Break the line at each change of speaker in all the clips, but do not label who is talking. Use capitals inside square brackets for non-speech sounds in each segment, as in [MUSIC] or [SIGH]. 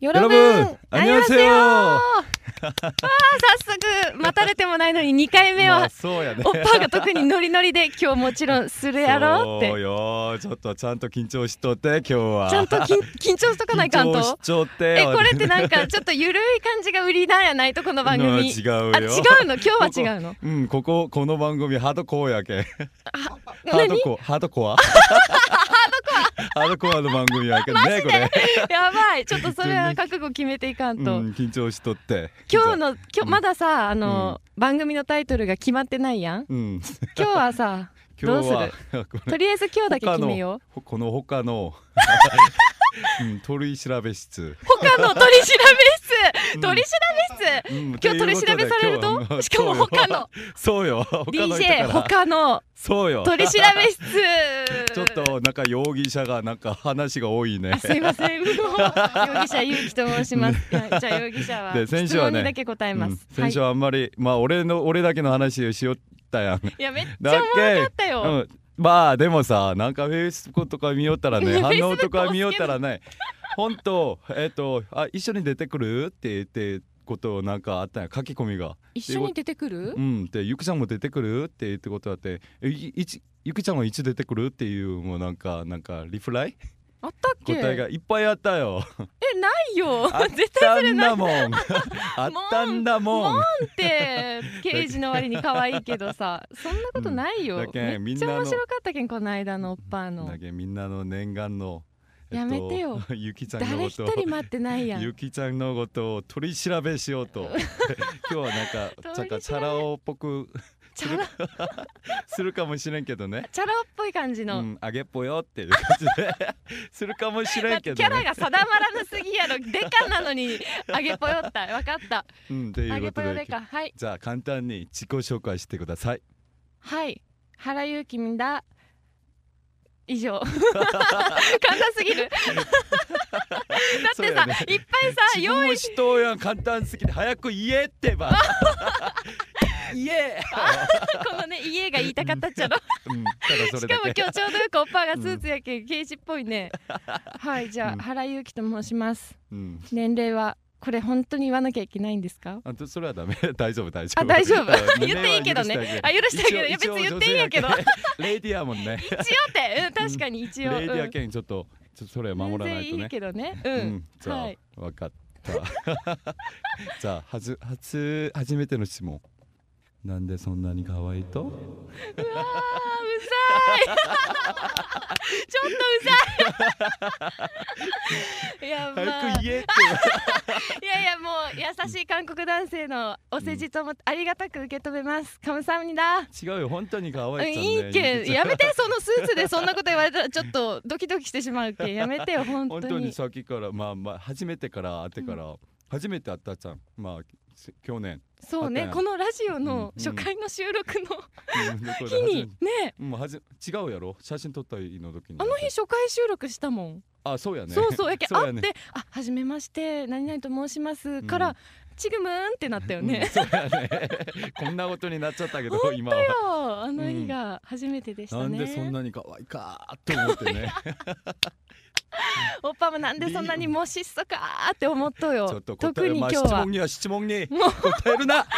よ
ろぶん
ありがとう
안녕하세요
わ
[LAUGHS]
あ早速待たれてもないのに2回目
ま
は
あそうやね
お [LAUGHS] っぱが特にノリノリで今日もちろんするやろうっ
そう
て
よちょっとちゃんと緊張しとって今日は
ちゃんと緊緊張しとかないかん
緊張し
と
ちょって
えこれってなんかちょっとゆるい感じが売りなんやないとこの番
[LAUGHS] うん
組
違うよ
あ違うの今日は違うの
うんこここの番組ハードコアやけんハード
何
コアハードコアハードコアハードコアの番組やけんねこれ
やばいちょっとそれは覚悟決めていかんと、
うん緊張しとって
今日の今日まださあの、番組のタイトルが決まってないやん
うん
今日は
[LAUGHS]
さど
今
う
日
す
は
るとりあえず今日だけ
他
決めよう
のほこの
[LAUGHS]
他のうん取り調べ室
他の取り調べ
う
室
ん
取り調べ室
今
今日取り調べされるとしかも他の
そうよ他の人か
DJ
ら
他の
そうよ
取り調べ室
ち [LAUGHS] ょっとなんか容疑者がなんか話が多いね
あすいませんもう容疑者ゆうきと申しますはいじゃあ容疑者は
で先
質
週はね
問にだけ答えま
うん
すは
先
い
週はあんまり、まあ俺の俺だけの話をしよったやん
いやめっちゃ
だ
おもろかっ
け
たよ
うんまあでもさなんかフェイスブックとか見よったらね [LAUGHS]
Facebook
反応とか見よったらね本当えっ、とあ一緒に出てくるって言ってことなんかあったんや書き込みが
一緒に出てくる
うんでゆきちゃんも出てくるって言ってことあってえいいつゆきちゃんはいつ出てくるっていうもうなんかなんかリプライ
あったっけ
答えがいっぱいあった [LAUGHS] よ
えないよ
あっ
[LAUGHS] 絶対
た
それ
ん
ない
だ [LAUGHS] もんあったんだも
も
ん
って刑事の割に可愛いけどさそんなことないよ、
うんだけん
め
み
っ
ん
ち
な
ゃ
の
面白かったけんこの間のおっぱーの
だけどみんなの念願の、
やめてよ
[LAUGHS] ゆきちゃんの
誰
こ
一
と
人待ってないやん
ゆきちゃんのことを取り調べしよ
[LAUGHS]
うと今日はなんかなん
取り調べ
かチャラ男っぽく
チャラ
するかもしれんけどね
チャラっぽい感じ
う
の、
ん、あげっぽよっていう感じで [LAUGHS] するかもしれ
だっ
ん
て
け
キ
ど
ャラ
ね、
が定まらなすぎやろデカなの
[LAUGHS]
にあげぽよったわかった
うん、って
あ
いう
げ
こ
ぽ
と
よ
で
でかはい
じゃあ簡単に自己紹介してください
はい原ゆうきみんだ以
[LAUGHS]
上簡単すぎるだって
そう
さ、
やね
いっぱいさ
自
用
分
意
もしとうやん簡単すぎて早く言えっ
[LAUGHS]
てば言え、
このね家が言いたかったっちゃろ
うん、ただそ
し
れ
か
だ
も
け
今日ちょうどよくおっぱがスーツやけん刑事っぽいねはいじゃあ、
うん
原由紀と申します
うん
年齢はこれ本当に言わなきゃいけないんです
[LAUGHS]
か
あとそれはダメ大丈夫大丈夫
あ大丈夫
うん
言っていいけどね
年齢は
あ許してあげるいや
一
別
応
に言っていいんやけど
一応女性
[LAUGHS]
けんレディやもんね
一応って、うん、確かに一
レ
応、うん、
ディやけんちょっとちょっとそれは守らな
全
いと
然い
ね
いけどねうん、
うんじゃあ、
はい
分かった [LAUGHS] じゃあはず初初めての質問なんでそんなに可愛いと
うわーうざい [LAUGHS] ちょっとうざい [LAUGHS] いやまあ
早く言えって
いやいやもう優しい韓国男性のお世辞ともありがたく受け止めますカムサハムニだ
違うよ本当に可
うん
愛いじゃんね
いいけんやめてそのスーツでそんなこと言われたらちょっと [LAUGHS] ドキドキしてしまうけんやめてよ本当
本
に
当にさっきからまあまあ初めてから会ってから、初めて会ったじゃんまあせ去年
[LAUGHS]
[LAUGHS]
そう
あっ
ね
たやん
このラジオの
うんう
初
ん
回の収録の
うんどこで
日に
初
ね
めもうはじ違うやろ写真撮った日の時に
あの日初回収録したもん、
あそうやね
そうそうやけ
[LAUGHS] そう
会
や
っ
ね
て「あはじめまして何々と申します」か
う
ら
ん
「ちぐむーん」ってなったよ
うん
ね。
そうやね [LAUGHS] こんなことになっちゃったけど今は
そうあの日が初めてでしたね。
なんでそんなに可愛いかーって思って
[LAUGHS]
ね
おっぱもなんでそんなにもう質素かーって思っとう
ちょ
よ
っと。答
特
え、
に
ま
今
あ、
日
質
は
問には質問に
もう
答えるな
答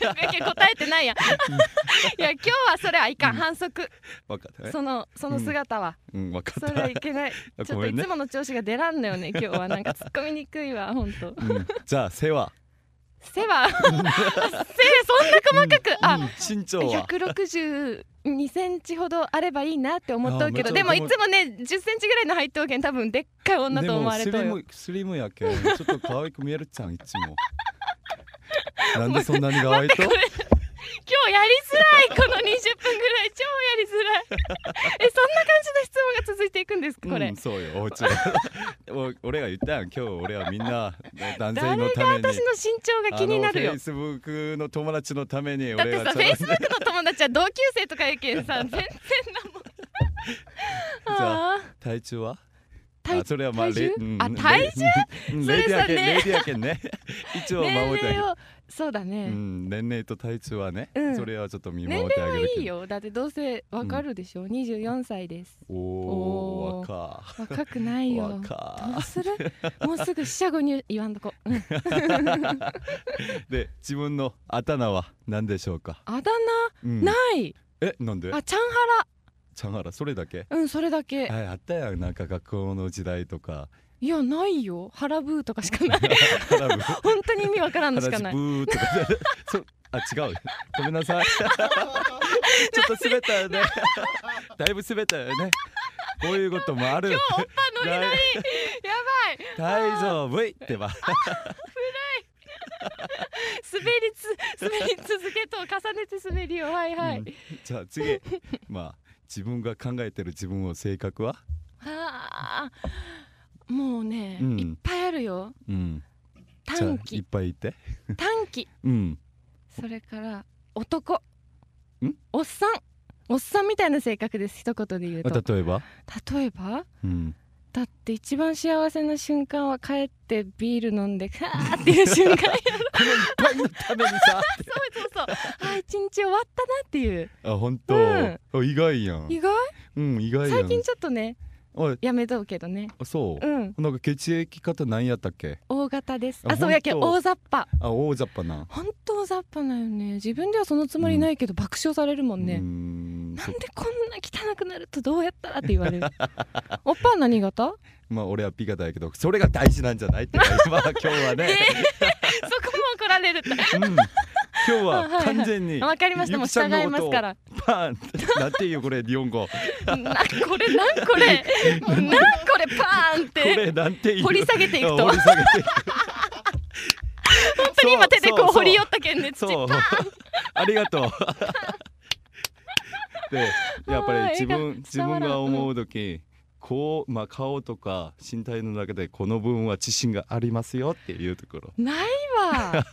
えるなやけん答えて
[LAUGHS]
ないやんいや今日はそれはいかん
うん
反則
分かったね
そのその姿は、
うん分か
そ
っ
れは
た
いけないちょっ
ご
と
め
い
んね
つもの調子が出らんの
[LAUGHS]
よね今日はなんか突っ込みにくいわ本当
うんじゃあ背は
背
[LAUGHS]
は背そんな細かく、
うん
あ
身長は
162センチほどあればいいなって思っとうけど
あ
で
めっち
も
ゃ
いつもね10センチぐらいの入っとうけん多分でっかい女
で
と思
も
われ
ス
と
リ
うよ
ムスリムやけんちょっと可愛く見えるじゃんいつ
[LAUGHS]
もなんでそんなに可愛いと
これ今日やりづらいこの20分ぐらい超やり
[LAUGHS]
づらいえそんな感じの質問が続いていくんですかこれ、
うん、そうよおうち
[LAUGHS]
お俺が言ったやん今日俺はみんな
[LAUGHS]
男性
誰
の
が
ために
私の身長が気になるよ
フェイスブックの友達のために
だって
俺
さ
が
フ
ち
ェ
ょ
イ
っと
スブックの友達は同級生
[LAUGHS]
とかやけんさ全然なもん
ゃ
ああ
体調は
体
あそれはまあ
体重
レうん
あ体
[LAUGHS] 重
それ
レディア
さ
けん
ね
レディアけん
[LAUGHS]
ね一応
年
守ってあ
齢
げる
をそうだ
う
ね、
ん年齢と体調はね、
うん
それはちょっと見
年
守ってあげ
齢
る
はい
け
い
ど
よだってどうせわかるでしょ、24歳です
おお
おー
若
若くないよどう
若
す
[LAUGHS]
るもうすぐ死者誤入言わんとこ、うん、
で自分のあだ名は何でしょうか、
あだ
うん
名ない、
えなんで
あちゃんは
ちゃんはらそれだけ
らうんそれだけ
はいあったやんなんか学校の時代とか
いやないよハラブーとかしか
[LAUGHS]
ない
ハラブ
本当に意味わからんのし
話ブ
かない
ーとかそあ
[LAUGHS]
違うごめんなさいちょっと滑ったよねだいぶ滑ったよねこういうこともある今日おっぱ
ノリノリやばい
大丈夫いってば
滑りつ滑り続けと重ねて滑りよはいはい、
うん [LAUGHS] じゃあ次まあ自分が考えてる自分の性格は
あーもうね、
うん
いっぱいあるよ
うんじゃあ
短
いっ
期
ぱいいて
短期
うん
それから男
ん
おっさんおっさんみたいな性格です一言で言うと
例えば
例えば [LAUGHS]
うん
だって一番幸せな瞬間は帰ってビール飲んでカーっていう瞬間そう
このいっぱいのためにさ
そうそう [LAUGHS] あ一日終わったなっていう
あ本当、
うん
あ意外やん
意外
うん意外やん
最近ちょっとね
おい
やめとうけどね
あそう
う、ん
なんか血液型何やったっけ
大型です
あ
あそうやけん
ほんと
大雑把
あ大雑把な
本当大雑把なよね自分ではそのつもりないけど爆笑されるもんね、
うーん
な
そ
んでこんな汚くなるとどうやったらって言われる [LAUGHS] おっぱは何型
まあ俺は B 型やけどそれが大事なんじゃないって
[LAUGHS]
まあ今日はね、
そこも怒られるって
うん、今日は完全に
わかりましたもう従いますから
パーンってなんていうこれ日本語こ
[LAUGHS] なこれなんこれなんこれパーンって
れなんていう
掘り下げていくと
掘り下げていく
本当に今手でこう掘り寄ったけんね土
そうありがとう
[LAUGHS]
でやっぱり自分自
伝わらん
分が思う時、こうまあ顔とか身体の中でこの部分は自信がありますよっていうところ
ない
[LAUGHS]
わ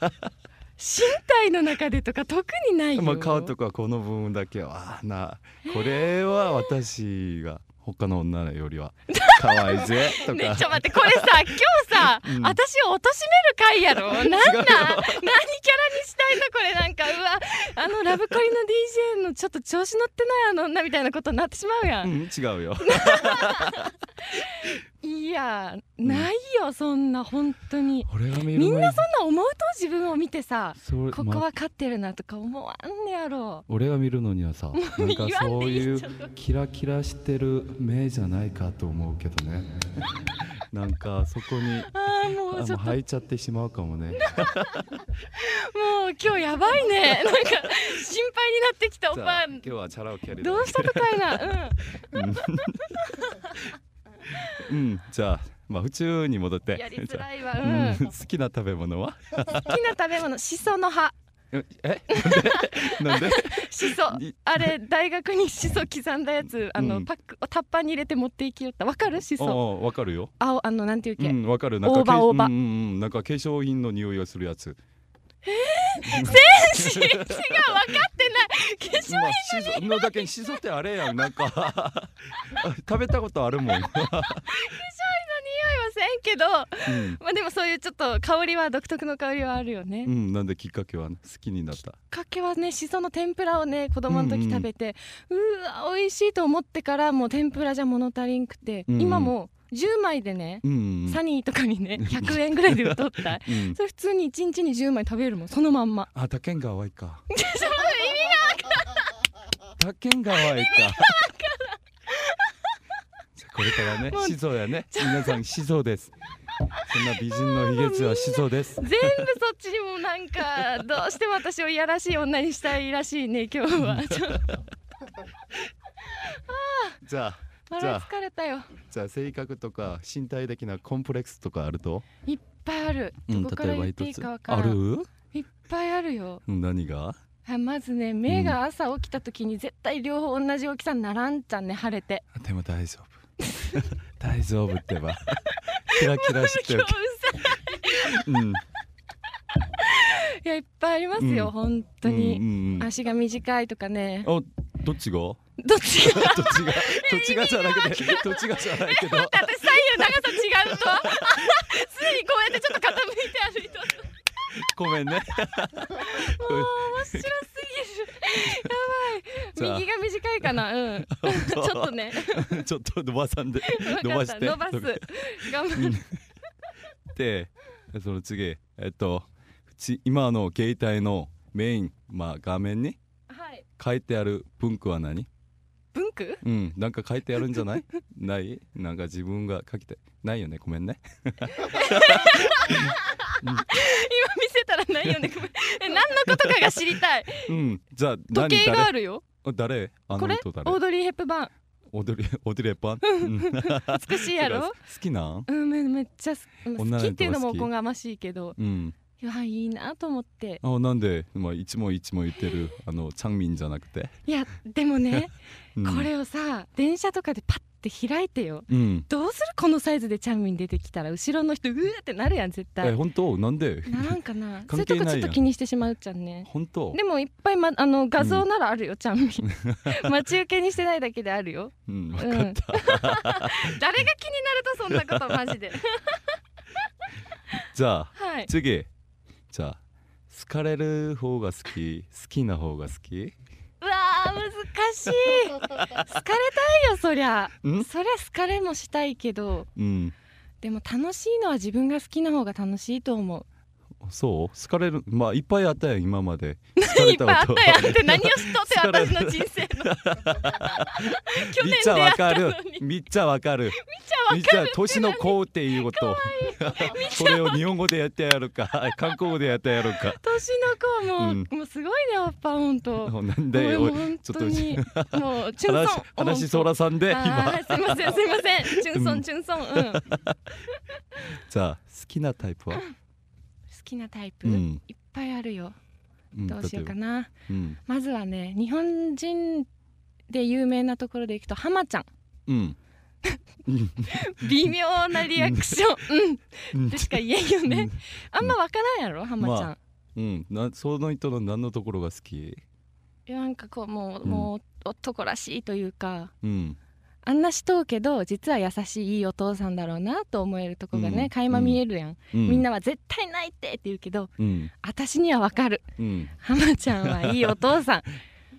身体の中でとか特にないよ、
まあ、顔とかこの部分だけはあーなこれは私が他の女よ
[LAUGHS]
りは可愛いぜとか、
ね、ちょ待ってこれさ
[LAUGHS]
今日さ、
うん
私を貶める回や
[LAUGHS]
ろなんなん何キャラにしたいのこれなんかうわあのラブコリの DJ のちょっと調子乗ってないあの女みたいなことになってしまうや、
うんん、違う
[LAUGHS]
よ
いやないよそんな本当に
俺が見る前に
みんなそんな思うと自分を見てさ
それ
ここ
ま
は勝ってるなとか思わんねやろ
俺が見るのにはさな
[LAUGHS] 言
んか
わん
そう
でいい
いう
ちょっと
キラキラしてる目じゃないかと思うけ
[LAUGHS]
どねなんかそこに
ああ
あ
も
も
う
う
ちょっと
入っちゃってしまうか
[LAUGHS]
もね
もう今日やばいね
[LAUGHS]
なんか心配になってきたお
じゃあ
ば
今日はチャラをキャリ
どうしたとかいな
うんじゃあまあ普通に戻っ
う
て
んやり
じ
づ
ゃ
らいわう
あ
ん
うん、好きな食べ
[LAUGHS]
物は
好きな食べ物しその葉
え [LAUGHS] なんで [LAUGHS] なんで
しそ
い
あれ大学にしそ刻んだやつあの、
うん
パックタッパーに入れて持っていきよったわかるし [LAUGHS]
あ
そ
あわかるよ
青あのなんていう
う
け、
んわかるなんか
大葉
け
大葉
うんうんうんなんか化粧品の匂いがするやつ
私が分かってない化粧
まあシソのだけにシソってあれやんなんか [LAUGHS] あ食べたことあ
[LAUGHS]
るもん、う
品の匂いはせんけど
ん
まあでもそういうちょっと香りは独特の香りはあるよね、
う
きっ
ん、なんできっかけはね好きになった
かけはねしその天ぷらをね子供の時食べて、うわ美味しいと思ってからもう天ぷらじゃ物足りんくて、
うんうん
今も10枚でね、
うん
サニーとかにね100円ぐらいで売っと
[LAUGHS]
った
うん
それ普通に1日に10枚食べるもんそのまんま
あ、他県が淡
[LAUGHS]
いか。他県が淡いか。じゃあこれからね
も、う
シソやね、皆さんシソです。そんな美人の秘訣はシソです。
全部そっちにもなん
[LAUGHS]
かどうしても私をいやらしい女にしたいらしいね今 [LAUGHS] 日はちょっと
じゃあ、じゃ
笑い
あ
疲れたよ
じゃあ性格とか身体的なコンプレックスとかあると。
いっぱいある
う
ど
ん、
こから
例えば
言っ
一
ていい
つ。
かわから
あ
ん、
る。
いっぱいあるよ
うん何が。
あまずね目が朝起きた時に絶対両方同じ大きさにならんじゃんね晴れて
でも大丈夫。 [LAUGHS] 大丈夫って [LAUGHS] ば。キラキラして
今日
る
う。
うん。
ざいいやいっぱいありますよ、
うん
本当に、
うんうんうん
足が短いとかね
あ、
[LAUGHS]
どっちが。
どっちが
土地が土地がじゃなくて土地がじゃないけど
私採長さ違う [LAUGHS] とすでにこうやってちょっと傾いて歩いてます
ごめん
も
ね [LAUGHS]
う面白すぎるやばい右が短いかなうんちょっとね
ちょっと伸ばさんで
分かった
伸ばして
伸ばす頑張
[LAUGHS]
る
でその次えっとち今の携帯のメインまあ画面に
はい
書いてある文句は何
文句
うんなんか書いてあるんじゃない [LAUGHS] ないなんか自分が書きたいないよねごめんね
今見せたらないよね
[LAUGHS]
ごめんえ何のことかが知りたい
うんじゃあ何
時計があ
誰
るよ
誰あ
こ
の
れ
人
オー
誰
ドリー・ヘップバーン
踊り踊りパン
美しいやろ
好きなん
うんめめっちゃす
女
好
の人
きっていうのも
好
お
き
こがましいけど
うん
いやいいなと思って
あなんでまあ一問一問言ってるあのチャンミンじゃなくて、
いやでもね
うん、
これをさ電車とかでパッて開いてよ
うん
どうするこのサイズでチャンミン出てきたら後ろの人うーってなるやん絶
え
対
本当なんで
なんかなそういう
関
と
係
こ
ないやん
ちょっと気にしてしまうじゃんね
本当
でもいっぱい、ま、あの画像ならあるよ、ちゃんみん
[LAUGHS]
待ち受けにしてないだけであるよ
うん分かった、
[LAUGHS] 誰が気になるとそんなことマジで
じゃあ
はい
次じゃあ好かれる方が好き好きな方が好き
うわー難しい好かれたいよそりゃ [LAUGHS]
ん
そりゃ好かれもしたいけど
うん
でも楽しいのは自分が好きな方が楽しいと思う
そう好かれるまあいっぱいあったやん今まで好か
[LAUGHS] い
れ
っぱいあ
た
っ
こと
たやんって何をしとって
疲れ
私
た
の人生
[LAUGHS]
の去
み
年
っち
出
ゃ
会
わ
った
か
の
る
に
みっちゃわかるみっちゃ年の子っていうこと [LAUGHS] それを日本語でやってやるか [LAUGHS] 韓国語でやってやるか
年の子も、
うん
もうすごいねやっぱ本当
なんで
も
お
う
い
本
ち
当
ょっと
にもうチュンソ
話
ン
話そらさんで今
あーすみませんすみませんチュンソ
う
ン
ん
チュンソン、うん、好
じゃあ好きなタイプは
きなタイプ、
うん
いっぱいあるよ
ん
どうしようか
例え
な、
ばうん
まずはね日本人で有名なところでいくとハマちゃん
うん
微妙なリアクションうん
うん
でしか言えんよねあんまわからんやろハマちゃん、
まうんなその人の何のところが好き
いやなんかこうもう、
うん
もう男らしいというか
うん
あんなしとうけど実は優しいいいお父さんだろうなと思えるとこがね、
うん
垣間見えるやん、
うん
みんなは絶対ないってって言うけど
うん
私にはわかる
うん
ハマちゃんはいいお父さん
[LAUGHS]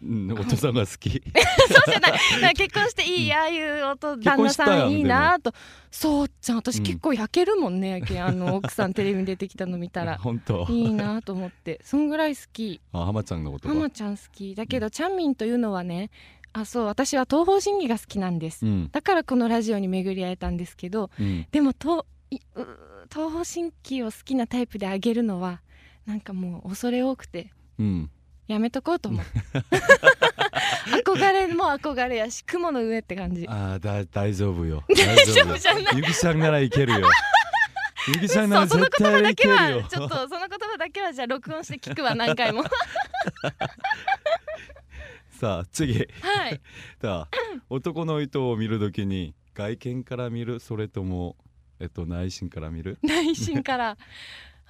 うんお父さんが好き
そうじゃないだから結婚していいああいうお父旦那
結婚した
さ
や
ん
ん
いいなとそうちゃん私
うん
結構焼けるもんね、やけんあの奥さんテレビに出てきたの見
[LAUGHS]
たら
本当
いいなと思ってそんぐらい好き
あ浜ちゃんのこと
ハ
が
マちゃん好きだけどチャンミンというのはねあそう私は東方神起が好きなんです、
うん
だからこのラジオに巡り会えたんですけど
うん
でもというー東方神起を好きなタイプであげるのはなんかもう恐れ多くて
うん
やめとこうと思
[LAUGHS]
って憧れも憧れやし雲の上って感じ
あーだ大丈夫よ
[LAUGHS] 大丈夫じゃない
ゆきちゃんならいける
[LAUGHS]
よゆきちゃんな
そ
ら
うその
絶
言葉
対
だ
いけ
け
る
は
よ
ちょっとその言葉だけはじゃあ録音して聞くわ何回もは
[LAUGHS] さあ次
い
さあ男の人を見るときに外見から見るそれともえっと内心から見る
内心から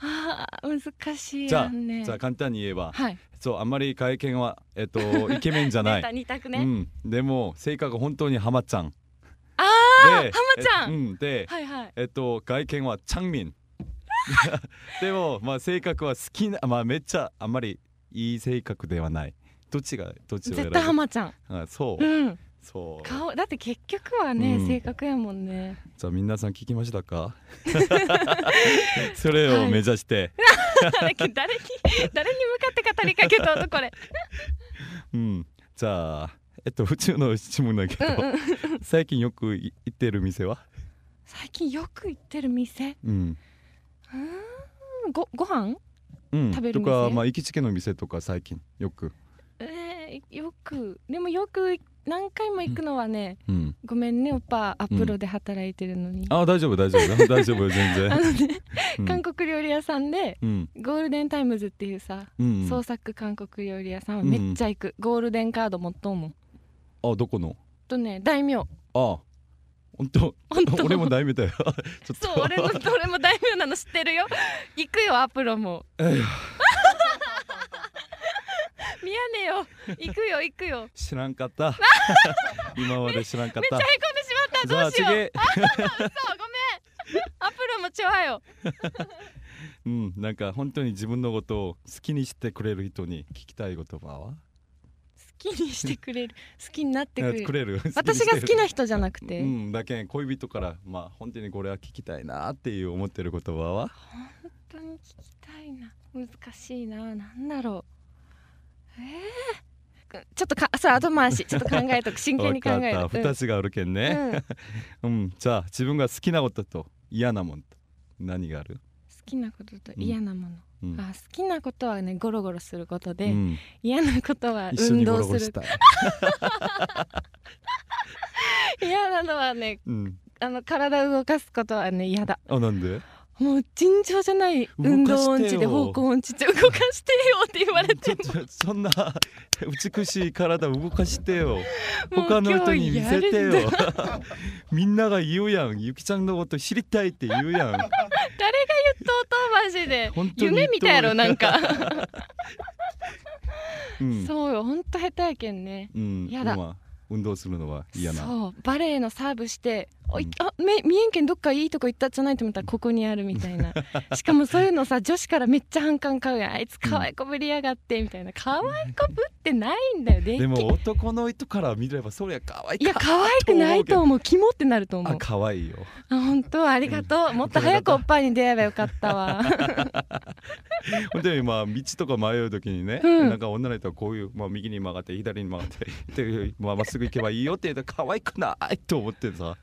あー難しい
じゃ
や
あ
んね
じゃあ簡単に言えば
はい
そうあんまり外見はえっ
[LAUGHS]
とイケメンじゃな
出
い
た二択
う
ね
んでも性格本当に浜ちゃん
あ
あ
ハマちゃん
うんで
はいはい
えっと外見はチャン
[LAUGHS]
ミンでもまあ性格は好きなまあめっちゃあんまりいい性格ではないどっちがどっちを選
絶
ぶ
対ハマちゃん
あそう、
うん
そう
顔だって結局はね
うん
性格やもん
[LAUGHS]
ね [LAUGHS]
じゃあ皆さん聞きましたかそれを目指して、
誰に誰に向かって語りかけたと
[LAUGHS]
これ
うんじゃあえっと普通の質問だけど、
うんうん
最近よくい行ってる店は
最近よく行ってる店う
うん
ーんごご飯
うん、
食べる
と
店
か、まあ、行きつけの店とか最近よく、
えー、よくでもよく何回も行くのはね、
うん、
ごめんねおっぱアップロで働いてるのに、
あ大丈夫大丈夫大丈夫全
あ
然、
のね、
うん、
韓国料理屋さんで
うん
ゴールデンタイムズっていうさ、
うん
創作韓国料理屋さんは
うん
めっちゃ行く、ゴールデンカード持っとうもん
あどこの
とね大名
あ本当
本当
俺も大名だよ [LAUGHS] ちょっと
そう俺の俺も大名なの知ってるよ行くよアプロも
えい
見やねよ行くよ行くよ
知ら
[LAUGHS]
んかった今まで知らんかっ
めっちゃ
た
へこんでしまった
じゃ
ど
あ
うし
次
ようそうごめんアプロもちょわよ
うん、なんか本当に自分のことを好きにしてくれる人に聞きたい言葉は
好きにしてくれる好きになってく
あ
れる
くれる
私
[LAUGHS]
が好きな
人
人じゃなくて、
うん、だけん恋人からまあ本当にこれは聞きたいなっていう思ってる言葉は
本当に聞きたいな難しいななんだろうえー、ちょっとかそれ後回しちょっと考え
[LAUGHS]
とく真剣に考える
わかった二つがあるけん
うんう
ね、
ん、好
うんじゃあ自分が好きなことと嫌なもんと何がある、
きなことと嫌なもの、
うん
あ好きなことはねゴロゴロすることで、
うん、
嫌なことは
一緒
運
にゴ
動
ロ
す
ゴロ
る
したい、
嫌なのはね
うん、
あの体を動かすことはね嫌だ
あなんで
もう尋常じゃない運動音痴で方向音痴って動かしてよって言われ
ち
て
ょちょそんな美しい体動かしてよ
も
他の人に見せて
もう今日やる
よ
んだ
[LAUGHS] みんなが言うやんゆきちゃんのこと知りたいって言うやん
誰が言っとうとマジで
本当に
夢みたいやろなんか、
[LAUGHS]
[LAUGHS]
うん
そうよほんと下手やけんね
うん、
やだ
まあ運動するのは嫌な
そうバレエのサーブして「おい
うん
あめ見えんけんどっかいいとこ行ったじゃない?」と思ったらここにあるみたい
[LAUGHS]
なしかもそういうのさ女子からめっちゃ反感買うやんあいつ可愛い子ぶりやがってみたいな可愛い子ぶってないんだよで
でも男の人から見ればそりゃ可愛い
いや
か
可愛くないと思うキモってなると思
あ
う
可愛いよ
あ本当ありがとうもっと早くおっぱいに出会えばよかったわ
ほんで今道とか迷う時にね、
うん
なんか女の人はこういう、まあ、右に曲がって左に曲がってっていうまあ、まっすぐ行けばいいよって言うと可愛くないと思ってさ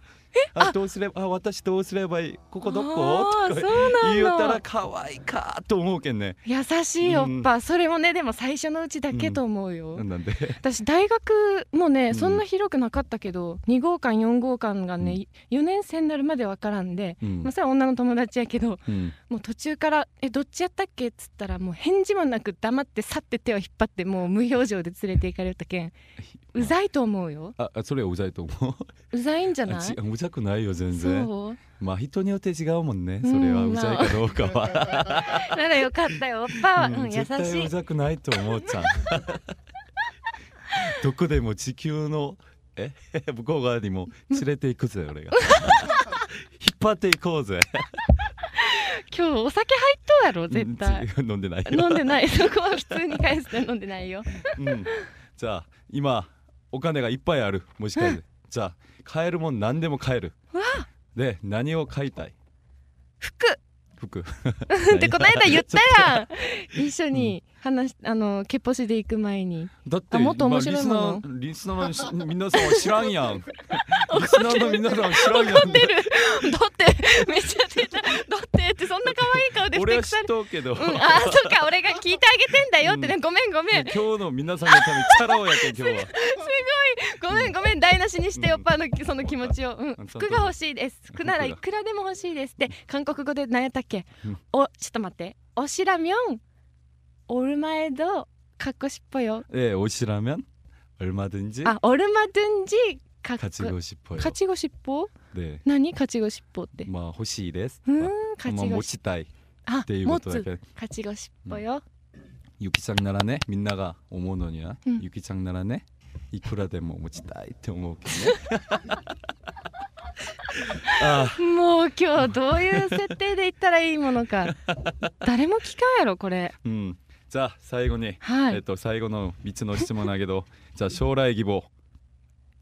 あどうすればあ私どうすればいいここどこ
[LAUGHS] あー
とか
そう
言うた
な
ら
の
可愛いかと思うけんね
優しいおっぱそれもねでも最初のうちだけと思うよ、
な
[LAUGHS]
んで
私大学も
う
ね
ん
そんな広くなかったけど、2号館4号館が
う
ね4年生になるまでわからんで、
うん
まあ、それは女の友達やけど
うん
もう途中から「えどっちやったっけ?」っつったらもう返事もなく黙って去って手を引っ張ってもう無表情で連れて行かれたけんうざいと思うよ
ああそれはうざいと思う
うざいんじゃない
あちうざくないよ全然
そう
まあ人によって違うもんねそれは
うん
う
ま
ざ
あ
いかどうかは、
ならよかったよおっぱは、
う
うんん、優し
絶対う
い
ざくないと思
[LAUGHS]
うちゃんどこでも地球のえ [LAUGHS] 向こう側にも連れて行
[LAUGHS]
くぜ俺が引っ張っていこうぜ
今日お酒入っとうやろ絶対
うん飲んでないよ、
飲んでないそこは普通に返して飲んでないよ
うん、じゃあ今お金がいっぱいあるもし
[LAUGHS]
かしてじゃあ買えるもん何でも買える
うわ
で何を買いたい
服
服
[LAUGHS] って答えたら言った [LAUGHS] やん一緒に話しあのケポシで行く前に
[LAUGHS] だって
あもっと面白いもの
まあリスナーリスナーの皆さんは知ら
[LAUGHS]
んやんリスナーの皆さんは知らんやん
怒って [LAUGHS] るだってめっちゃ出ただってってそんな可愛い顔でふ
俺
て
は
く
知
さ
っ
れ
とうけど、
うん、あーそっか俺が聞いてあげてんだよってね、ごめんごめ
今
ん
日の皆さんのために力をやけ
[LAUGHS]
ん今日は
ごめんごめん台無しにして
うん
おっぱのその気持ちを、うん、服が欲しいです服ならいくらでも欲しいですって韓国語で何やったっけ、
うん
おちょっと待っておしらみょんオルマエドかっこしっぽよ
예, 오시라면 얼마든지
あオルマドゥンジかっこ
가지고 싶어요.
かちごしっぽ
네.
何かちごしっぽってう
뭐 호시이데스.
ーんか
뭐
ちごし
모치다이.
あ持
네,이것도
つ
약간
かちごしっぽよ
유기장 나라네. 민나가 5만 원이야.
음.
유기장 나라네. 이쿠라데 뭐 모치다이 때 먹겠네.
[LAUGHS]
아,
もう今日どういう設定で行ったらいいもの [LAUGHS] か誰も聞かんやろこれ
음. 자,最後に
はい
에, 또 最後の3つの
[LAUGHS]
質問あげど. 자,将来希望.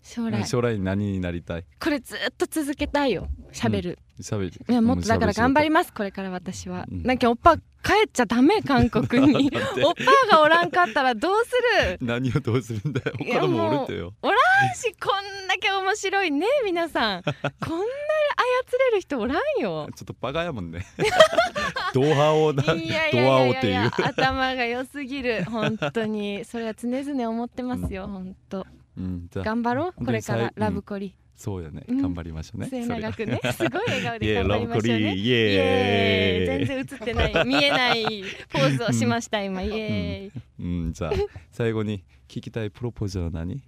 将来
将来何になりたい?
これずっと続けたいよ喋る、
喋り。
いやもっとだから頑張りますこれから私は、なんかおっぱ帰っちゃダメ韓国 [LAUGHS] に
だって
おっぱがおらんかったらどうする
何をどうするんだよ。
いや
他のも俺ってよ。
私こんだけ面白いね皆さんこんな操れる人おらんよ
ちょっとバカやも
[LAUGHS]
んね。ドハオだ。ド
いやいや
ハ
い
オっ
や
て
い
い
や
う。
頭が良すぎる本当にそれは常々思ってますよ本当
うん、じゃあ
頑張ろうこれか
本当に
ら
さい
ラブコリ、
そうやね。
うん
頑張りましょうね。
末
それ
永くねすごい笑顔
イ
で
エー
頑張
ラ
り
ブ
ま
コ
しょうね
リー。イ
イエ
エ
ーイ全
ーイ。
然映ってない見えないポーズをしました今イエーイ
う
[LAUGHS]
ん、じゃあ最後に聞きたいプロポーズは何？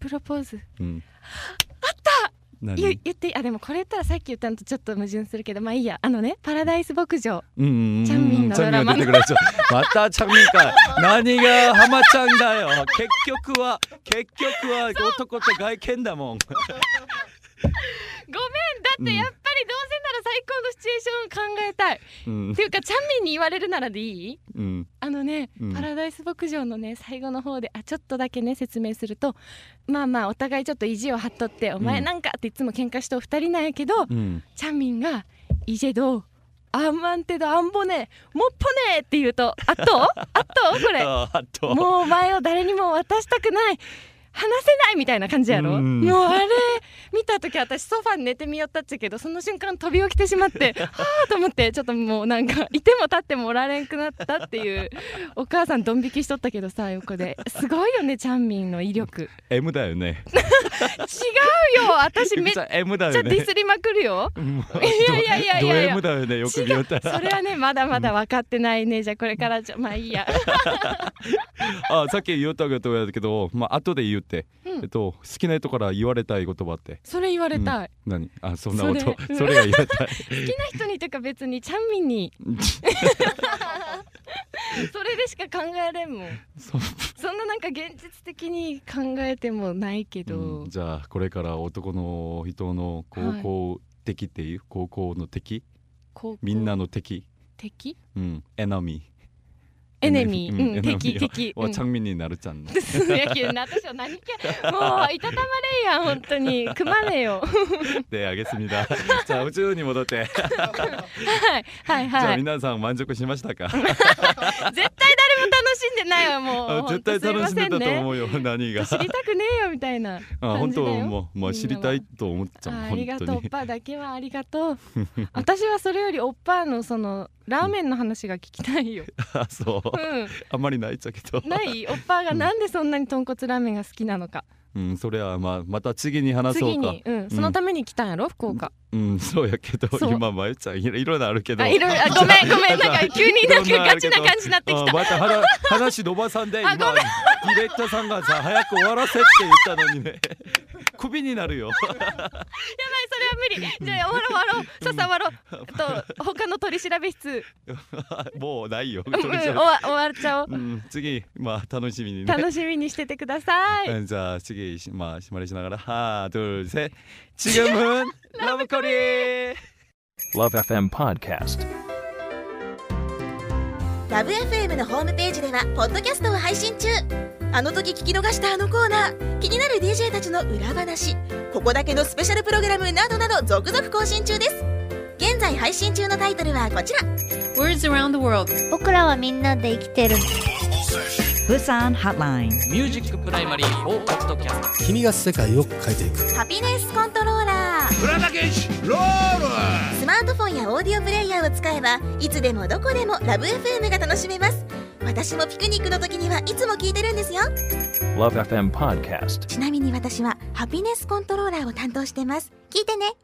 プロポーズ
うん。あった。
言
何？
言っていいあでもこれ言ったらさっき言ったのとちょっと矛盾するけどまあいいやあのねパラダイス牧場
うんうんうん。
チャンミンの
チャンミンが出てくるちょまたチャンミ
[LAUGHS]
ンか。何がハマちゃんだよ。結局は結局は男って外見だもん。
ごめんだってやっぱりどうせな最高のシチュエーション考えたいっ
うん
ていうかチャンミンに言われるならでいい
うん
あのね、
うん
パラダイス牧場のね最後の方であちょっとだけね説明するとまあまあお互いちょっと意地を張っとって「お前なんか」っていつも喧嘩しとう2人なんやけど、
うん
チャンミンが「イジェドアンマンテドアンボネモッポネ」って言うと「あとあとこれ
あーあと
もうお前を誰にも渡したくない話せない」みたいな感じやろ、
うん
もうあれ見た時私ソファに寝てみよったっちゃけどその瞬間飛び起きてしま [LAUGHS] って「はあ」と思ってちょっともうなんかいても立ってもおられんくなったっていうお母さんドン引きしとったけどさ横ですごいよねチャンミンの威力
M だよね
違うよ私めっち
ち
ゃ
ゃ M だ
デ
よね
ィスりまくるよいやいやいやいやいや
ド M だよねよく見よった
違うそ
ら
れはねまだまだ分かってないねじゃあこれからじゃまあいいや
あさっき言ったことやけどまあ後で言うって
うん
えっと好きな人から言われたい言葉って
それ言われたい、
何あそんなこと
それ
それが言えたい
好きな人にとか別にチャンミンにそれでしか考えれんもん
そう
そんななんか現実的に考えてもないけど、
うんじゃあこれから男の人の高校敵っていう高校の敵
高校
みんなの敵
敵
うんエナミ
エネミー、
うん
うん、
エネミー
敵敵
ーは
うん
チャンミンになるちゃんね
野球な私は何けもういたたまれんやん本当に組まねえよ
であげすみ
[LAUGHS]
だじゃあ宇宙に戻ってじ
はいはい
ゃ
は
あ
い絶
皆さん満足しましたか
対誰も楽しんでないわ [LAUGHS] もう
あ絶対楽しんでたと思うよ何が
知りたくねえよみたいな
あ
感
本
じだよ
当もうもう知りたいと思っちゃ
あ
う
ありが
本当
とうおっ
に
ぱだけはありがと
[LAUGHS]
う私はそれよりおっぱのそのラーメンの話が聞きた
[LAUGHS]
いよ、
あそう
う
あんまりないっちゃけど
ん、ないおっぱがなんでそんなに豚骨ラーメンが好きなのか
うんそれはまあまた次に話そ
次
うか
に、うん、そのために来たんやろ福岡
うんそうやけど
そう
今まゆちゃんいろいろなあるけど
あいろいろあごめんごめんなんか急になん
いろんな
か
あ
ガ
る
チ
け
な
ど
感じになってき
あ
た
また話話伸ばさんで今
あ
デ
ごめ
ィレクターさんがさ早く終わらせって言ったの [LAUGHS] にねクビにな [LAUGHS] るよ
やばいそれは無理じゃあ終わろう終わろうさっさ終わろうえっと他の取り調べ室、
もうないよ、
うんうん、終
う
わ終わっちゃおうん
음,次まあ楽しみにね
楽しみにしててください
うんじゃあ次しまあ締まりしながら하나둘셋지금은 러브콜이
Love FM Podcast.
ラブ f m のホームページではポッドキャストを配信中あの時聞き逃したあのコーナー気になる DJ たちの裏話ここだけのスペシャルプログラムなどなど続々更新中です現在配信中のタイトルはこちら
Words around the world.
僕らはみんなで生きてる
Busan Hotline.
ミュージックプライマリーフォーカストキャスト
君が世界を変えていく
ハピネスコントローラースマートフォンやオーディオプレイヤーを使えばいつでもどこでもラブ f m が楽しめます私もピクニックの時にはいつも聞いてるんですよ
Love FM Podcast.
ちなみに私はハピネスコントローラーを担当してます聞いてね